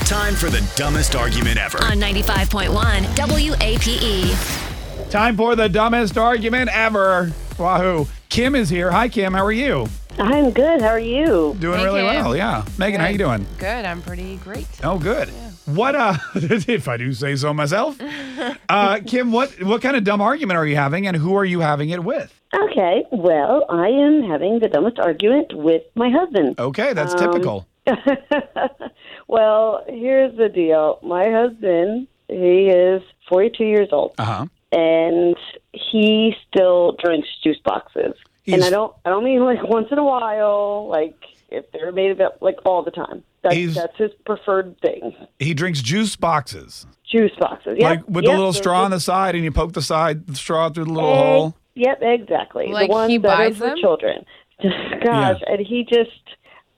Time for the dumbest argument ever. on 95.1 WAPE. Time for the dumbest argument ever. Wahoo. Kim is here. Hi, Kim. How are you? I'm good. How are you? Doing Hey, really Kim. well. Yeah. Megan, how you doing? Good. I'm pretty great. Oh, good. What, uh, if I do say so myself, uh, Kim, what, what kind of dumb argument are you having and who are you having it with? Okay. Well, I am having the dumbest argument with my husband. Okay, that's Um, typical. Well, here's the deal. My husband, he is 42 years old, Uh huh. and he still drinks juice boxes. and He's- I don't, I don't mean like once in a while, like if they're made of it, like all the time. That's He's- that's his preferred thing. He drinks juice boxes, Juice boxes. Yep, like with yep, the little they're straw on just- the side, and you poke the side the straw through the little Egg- hole. Yep, exactly. Like, the ones he that buys are for them? children. Gosh, and he just,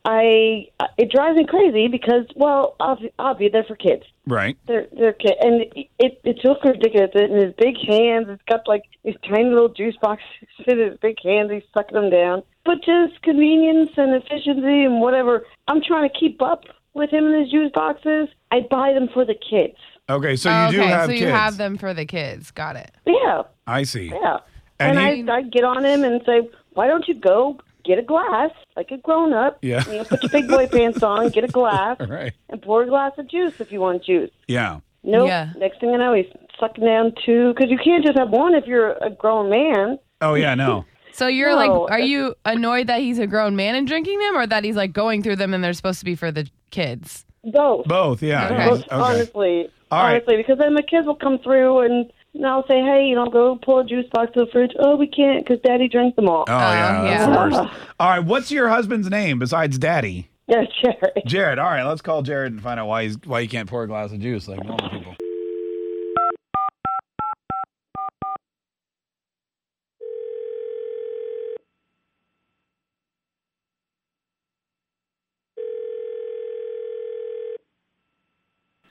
I, it drives me crazy because, well, obvi- obviously they're for kids. Right. They're they're kids, and it it looks ridiculous. And his big hands, it's got like these tiny little juice boxes in his big hands. He's sucking them down. But just convenience and efficiency and whatever. I'm trying to keep up with him and his juice boxes. I buy them for the kids. Okay, so Oh, you okay, do have so kids. you have them for the kids. Got it. Yeah, I see. Yeah. And And, he- I, I get on him and say, why don't you go get a glass like a grown up? Yeah. You know, put your big boy pants on, get a glass, All right. and pour a glass of juice if you want juice. Yeah. Nope. Yeah. Next thing I know, he's sucking down two because you can't just have one if you're a grown man. Oh yeah. No. So you're No, like, are that's- you annoyed that he's a grown man and drinking them, or that he's like going through them and they're supposed to be for the kids? Both. Both. Yeah. Okay. yeah, Both, Honestly. All right. honestly, because then the kids will come through and. And I'll say, hey, you know, go pull a juice box to the fridge. Oh, we can't because Daddy drank them all. Oh yeah. That's Um, yeah. the worst. All right. What's your husband's name besides Daddy? Yeah, Jerry. Jared. All right. Let's call Jared and find out why he's why he can't pour a glass of juice like normal people.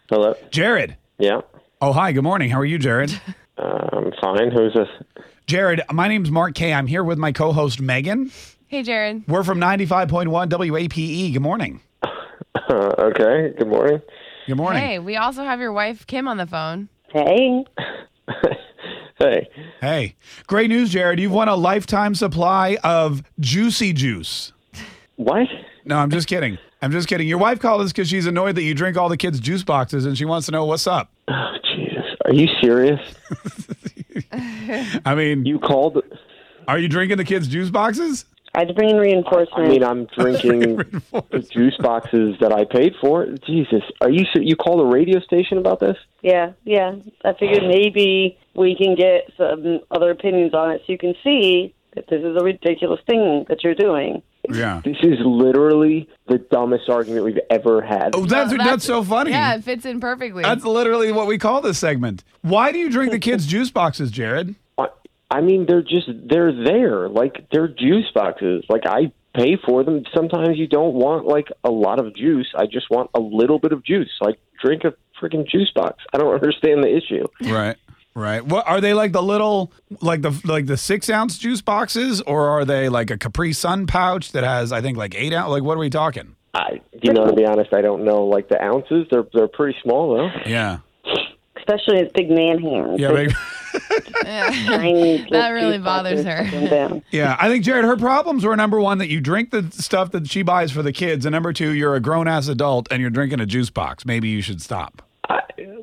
Hello. Jared. Yeah. Oh hi. Good morning. How are you, Jared? Um, fine. Who's this? Jared. My name's Mark Kay. I'm here with my co-host Megan. Hey, Jared. We're from 95.1 WAPe. E. Good morning. Uh, okay. Good morning. Good morning. Hey, we also have your wife Kim on the phone. Hey. hey. Hey, great news, Jared. You've won a lifetime supply of juicy juice. What? No, I'm just kidding. I'm just kidding. Your wife called us because she's annoyed that you drink all the kids' juice boxes and she wants to know what's up. Oh, Jesus. Are you serious? I mean, You called? are you drinking the kids' juice boxes? I'd bring in reinforcement. I mean, I'm drinking juice boxes that I paid for. Jesus. Are you ser- You called a radio station about this? Yeah, yeah. I figured maybe we can get some other opinions on it so you can see that this is a ridiculous thing that you're doing. Yeah. This is literally the dumbest argument we've ever had. Oh, that's, Well, that's, so funny. Yeah, it fits in perfectly. That's literally what we call this segment. Why do you drink the kids' juice boxes, Jared? I, I mean, they're just they're there. Like they're juice boxes. Like I pay for them. Sometimes you don't want like a lot of juice. I just want a little bit of juice. Like drink a freaking juice box. I don't understand the issue. Right. Right. What are they like the little like the like the six ounce juice boxes, or are they like a Capri Sun pouch that has I think like eight ounce? Like what are we talking? I you know to be honest, I don't know. Like the ounces, they're they're pretty small though. Yeah. Especially his big man hands. Yeah. Those Big, Yeah. tiny little That really juice boxes bothers her. sticking down. yeah. I think Jared, her problems were number one that you drink the stuff that she buys for the kids, and number two, you're a grown ass adult and you're drinking a juice box. Maybe you should stop. I,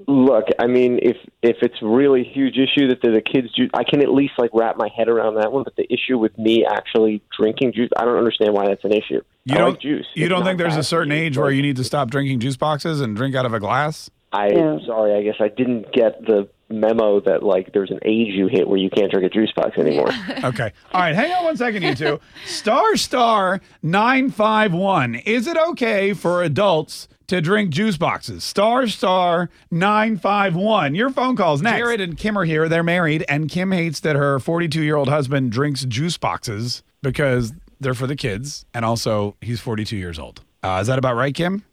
look, I mean, if if it's really a huge issue that the, the kids juice, I can at least like wrap my head around that one. But the issue with me actually drinking juice, I don't understand why that's an issue. You I don't like Oh, juice. You It's don't not think there's a bad certain for you, age where but- you need to stop drinking juice boxes and drink out of a glass? I Yeah. sorry, I guess I didn't get the memo that like there's an age you hit where you can't drink a juice box anymore. Okay. All right. Hang on one second, you two. Star Star 951. Is it okay for adults to drink juice boxes? Star Star 951. Your phone calls next. Jared and Kim are here. They're married, and Kim hates that her 42 year old husband drinks juice boxes because they're for the kids, and also he's 42 years old. Uh, is that about right, Kim?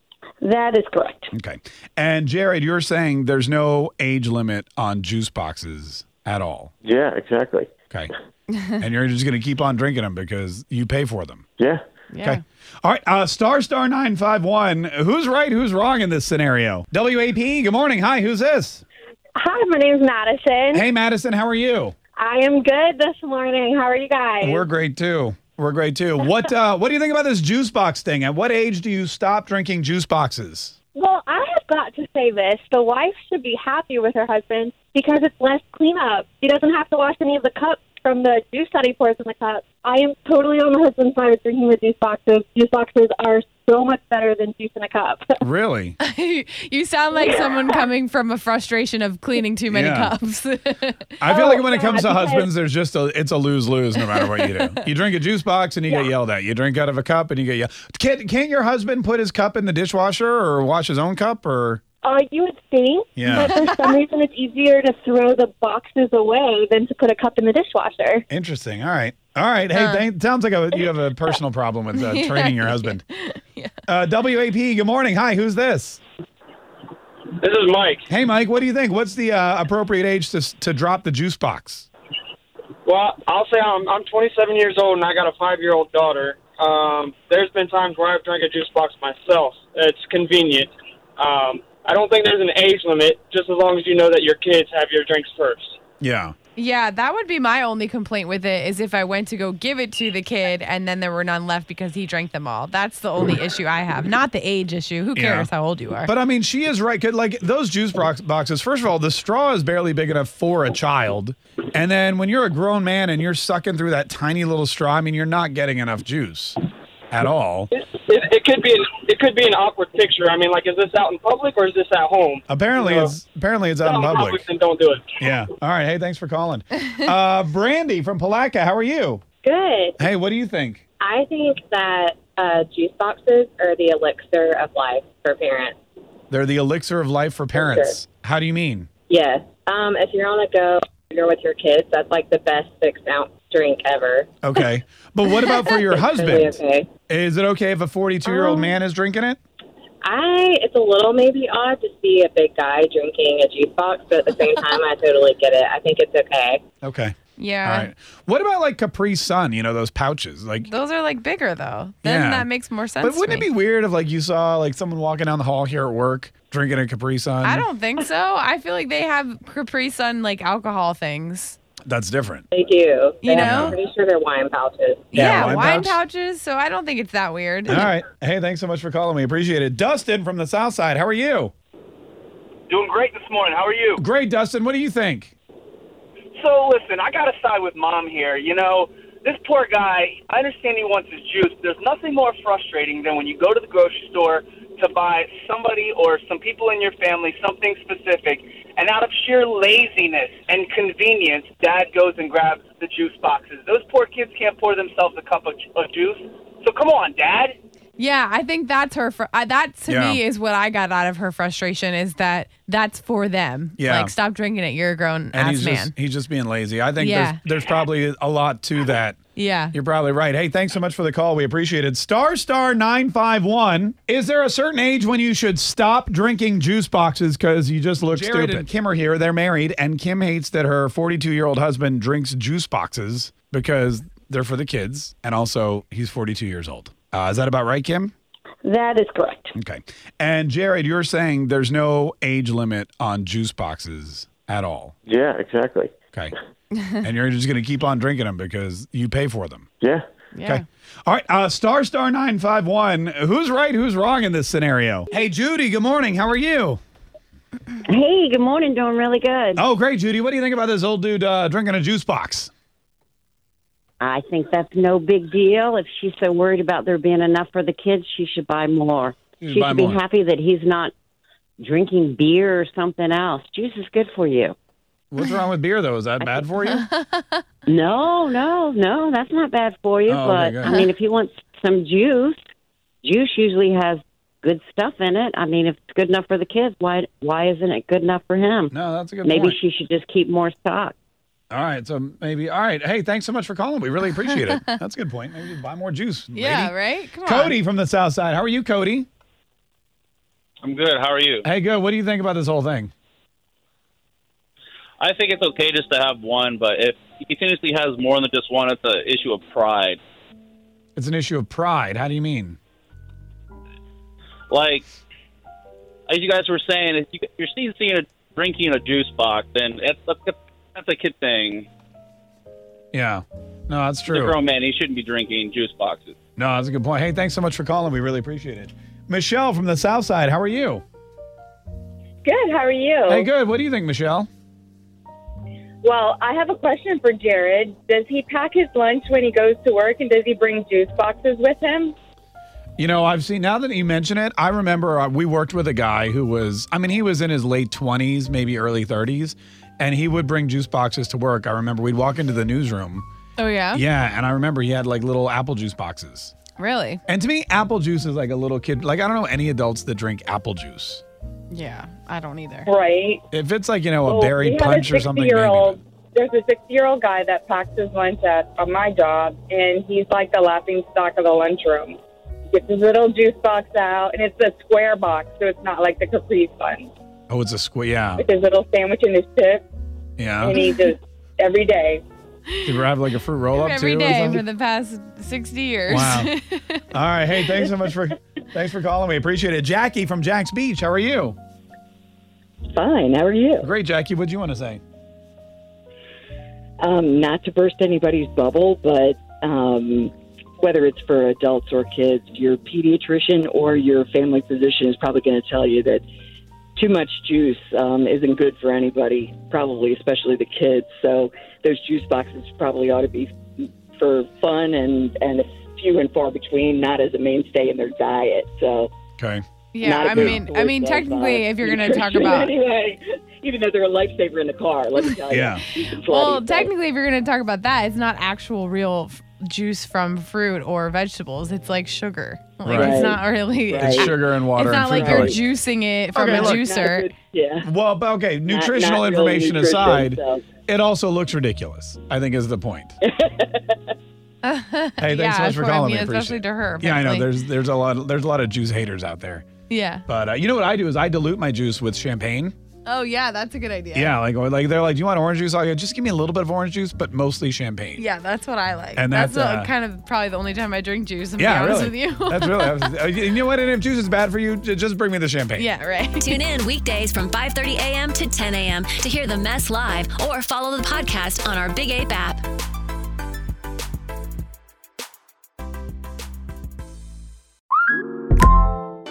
That is correct. Okay. And Jared, you're saying there's no age limit on juice boxes at all. yeah, exactly. Okay. and you're just going to keep on drinking them because you pay for them. Yeah. Yeah. Okay. All right. Uh, star star nine five one. Who's right? Who's wrong in this scenario? WAP. Good morning. Hi. Who's this? Hi, my name's Madison. Hey, Madison. How are you? I am good this morning. How are you guys? We're great too. We're great too. What uh, What do you think about this juice box thing? At what age do you stop drinking juice boxes? well, I have got to say this. The wife should be happy with her husband because it's less cleanup. She doesn't have to wash any of the cups from the juice that he pours in the cup. Uh, I am totally on my husband's side with drinking the juice boxes. Juice boxes are so much better than juice in a cup. Really? you sound like someone coming from a frustration of cleaning too many Yeah. cups. I feel Oh, like when it comes to God, because- husbands, there's just a it's a lose lose no matter what you do. You drink a juice box and you get yelled at. You drink out of a cup and you get yelled. Can't Can't your husband put his cup in the dishwasher or wash his own cup or? Uh, you would think, Yeah. but for some reason, it's easier to throw the boxes away than to put a cup in the dishwasher. Interesting. All right. All right. Hey, thank, sounds like a, you have a personal problem with uh, training your husband. Uh, WAP, good morning. Hi, who's this? This is Mike. Hey, Mike, what do you think? What's the uh, appropriate age to, s- to drop the juice box? Well, I'll say I'm I'm 27 years old and I got a five year old daughter. Um, there's been times where I've drank a juice box myself. It's convenient. Um, I don't think there's an age limit, just as long as you know that your kids have your drinks first. Yeah. yeah, that would be my only complaint with it is if I went to go give it to the kid and then there were none left because he drank them all. That's the only issue I have, not the age issue. Who Yeah. cares how old you are? But I mean, she is right. 'cause, Like those juice box- boxes, first of all, the straw is barely big enough for a child. And then when you're a grown man and you're sucking through that tiny little straw, I mean, you're not getting enough juice at all. It, it, it could be an, it could be an awkward picture. I mean, like, is this out in public or is this at home? Apparently, No. it's apparently it's out in public. Then don't do it. Yeah. All right. Hey, thanks for calling. Uh, Brandy from Palatka, how are you? Good. Hey, what do you think? I think that uh, juice boxes are the elixir of life for parents. They're the elixir of life for parents. How do you mean? Yes. Um, if you're on a go you're with your kids, that's like the best six ounce drink ever. Okay. But what about for your Really husband? okay. Is it okay if a 42 year old Um, man is drinking it? I it's a little maybe odd to see a big guy drinking a juice box, but at the same time, I totally get it. I think it's okay. Okay. All yeah. right. What about like Capri Sun, you know, those pouches? Like, Those are like bigger though. Then Yeah. that makes more sense. but to wouldn't me. it be weird if like you saw like someone walking down the hall here at work drinking a Capri Sun? I don't think so. I feel like they have Capri Sun like alcohol things. That's different. They do. They have- You know? I'm pretty sure they're wine pouches. Yeah, Yeah, wine wine, pouch. pouches. So I don't think it's that weird. All right. Hey, thanks so much for calling. We appreciate it. Dustin from the South Side, how are you? Doing great this morning. How are you? Great, Dustin. What do you think? So listen, I gotta side with mom here. You know, this poor guy. I understand he wants his juice. But there's nothing more frustrating than when you go to the grocery store to buy somebody or some people in your family something specific, and out of sheer laziness and convenience, dad goes and grabs the juice boxes. Those poor kids can't pour themselves a cup of, of juice. So come on, dad. Yeah, I think that's her. Fr- I, that to Yeah. me is what I got out of her frustration is that that's for them. Yeah. Like stop drinking it. You're a grown and ass he's man. just he's just being lazy. I think Yeah. there's there's probably a lot to that. yeah. You're probably right. Hey, thanks so much for the call. We appreciate it. Star Star 951. Is there a certain age when you should stop drinking juice boxes because you just look stupid? and Kim are here. They're married, and Kim hates that her 42 year old husband drinks juice boxes because they're for the kids, and also he's 42 years old. Uh, is that about right, Kim? That is correct. Okay. And Jared, you're saying there's no age limit on juice boxes at all. Yeah, exactly. Okay. and you're just going to keep on drinking them because you pay for them. Yeah. Yeah. Okay. All right. Uh, star star 951. Who's right? Who's wrong in this scenario? Hey, Judy, good morning. How are you? Hey, good morning. Doing really good. Oh, great, Judy. What do you think about this old dude uh, drinking a juice box? I think that's no big deal. If she's so worried about there being enough for the kids, she should buy more. You She buy should be more. happy that he's not drinking beer or something else. Juice is good for you. What's wrong with beer though? Is that bad for you? No, no, no, that's not bad for you. Oh, okay, but good. I mean, if you want some juice, juice usually has good stuff in it. I mean, if it's good enough for the kids, why why isn't it good enough for him? No, that's a good Maybe point. she should just keep more stock. All right, so maybe. All right, hey, thanks so much for calling. We really appreciate it. That's a good point. Maybe buy more juice. lady. Yeah, right? Come on. Cody from the South Side. How are you, Cody? I'm good. How are you? Hey, good. What do you think about this whole thing? I think it's okay just to have one, but if he continuously has more than just one, it's an issue of pride. It's an issue of pride. How do you mean? Like, as you guys were saying, if you, you're seeing, seeing a drinking a juice box, then that's that's that's a kid thing. Yeah. No, that's He's a true. grown man. He shouldn't be drinking juice boxes. No, that's a good point. Hey, thanks so much for calling. We really appreciate it. Michelle from the South Side. How are you? Good. How are you? Hey, good. What do you think, Michelle? Well, I have a question for Jared. Does he pack his lunch when he goes to work, and does he bring juice boxes with him? You know, I've seen now that you mention it, I remember uh, we worked with a guy who was, I mean, he was in his late 20s, maybe early 30s, and he would bring juice boxes to work. I remember we'd walk into the newsroom. Oh, yeah? Yeah, and I remember he had like little apple juice boxes. Really? And to me, apple juice is like a little kid. Like, I don't know any adults that drink apple juice. Yeah, I don't either. Right. If it's like, you know, a Well, berry we have a punch or something, maybe. sixty-year-old- There's a six-year-old guy that packs his lunch at uh, my job, and he's like the laughing stock of the lunchroom. Gets his little juice box out, and it's a square box, so it's not like the Capri Sun Oh, it's a squid. Yeah. with his little sandwich and his chip, and he Yeah. just every day. Did we have like a fruit roll up too? Every or day something? for the past 60 years. Wow. All right. Hey, thanks so much for thanks for calling. We appreciate it. Jackie from Jack's Beach. How are you? Fine. How are you? Great, Jackie. What do you want to say? Um, not to burst anybody's bubble, but um, whether it's for adults or kids, your pediatrician or your family physician is probably going to tell you that too much juice um, isn't good for anybody, probably, especially the kids. So those juice boxes probably ought to be for fun and, and few and far between, not as a mainstay in their diet. So. Okay. Yeah, Not a I good mean, I source mean, of, uh, technically, if you're going to talk nutrition about anyway, even though they're a lifesaver in the car, let me tell you. Yeah. Well, technically, if you're going to talk about that, it's not actual real f- juice from fruit or vegetables. It's like sugar. Like, Right. It's not really. It's sugar and water. It's and not fruit like you're colours. juicing it from Okay, a look. juicer. Yeah. Well, but okay. Not- Nutritional not really information nutrition, aside, so. it also looks ridiculous. I think is the point. Hey, thanks yeah, so much of for course. calling. I We mean, appreciate especially it. to her. Yeah, I know. apparently. There's there's a lot there's a lot of juice haters out there. Yeah. But uh, you know what I do is I dilute my juice with champagne. Oh, yeah, that's a good idea. Yeah, like or like they're like, do you want orange juice? I go, just give me a little bit of orange juice, but mostly champagne. Yeah, that's what I like. And that's that's, the- uh, kind of probably the only time I drink juice. I'm yeah, be honest really. with you. That's really. uh, you know what? And if juice is bad for you, ju- just bring me the champagne. Yeah, right. Tune in weekdays from 5:30 a.m. to 10 a.m. to hear the mess live or follow the podcast on our Big Ape app.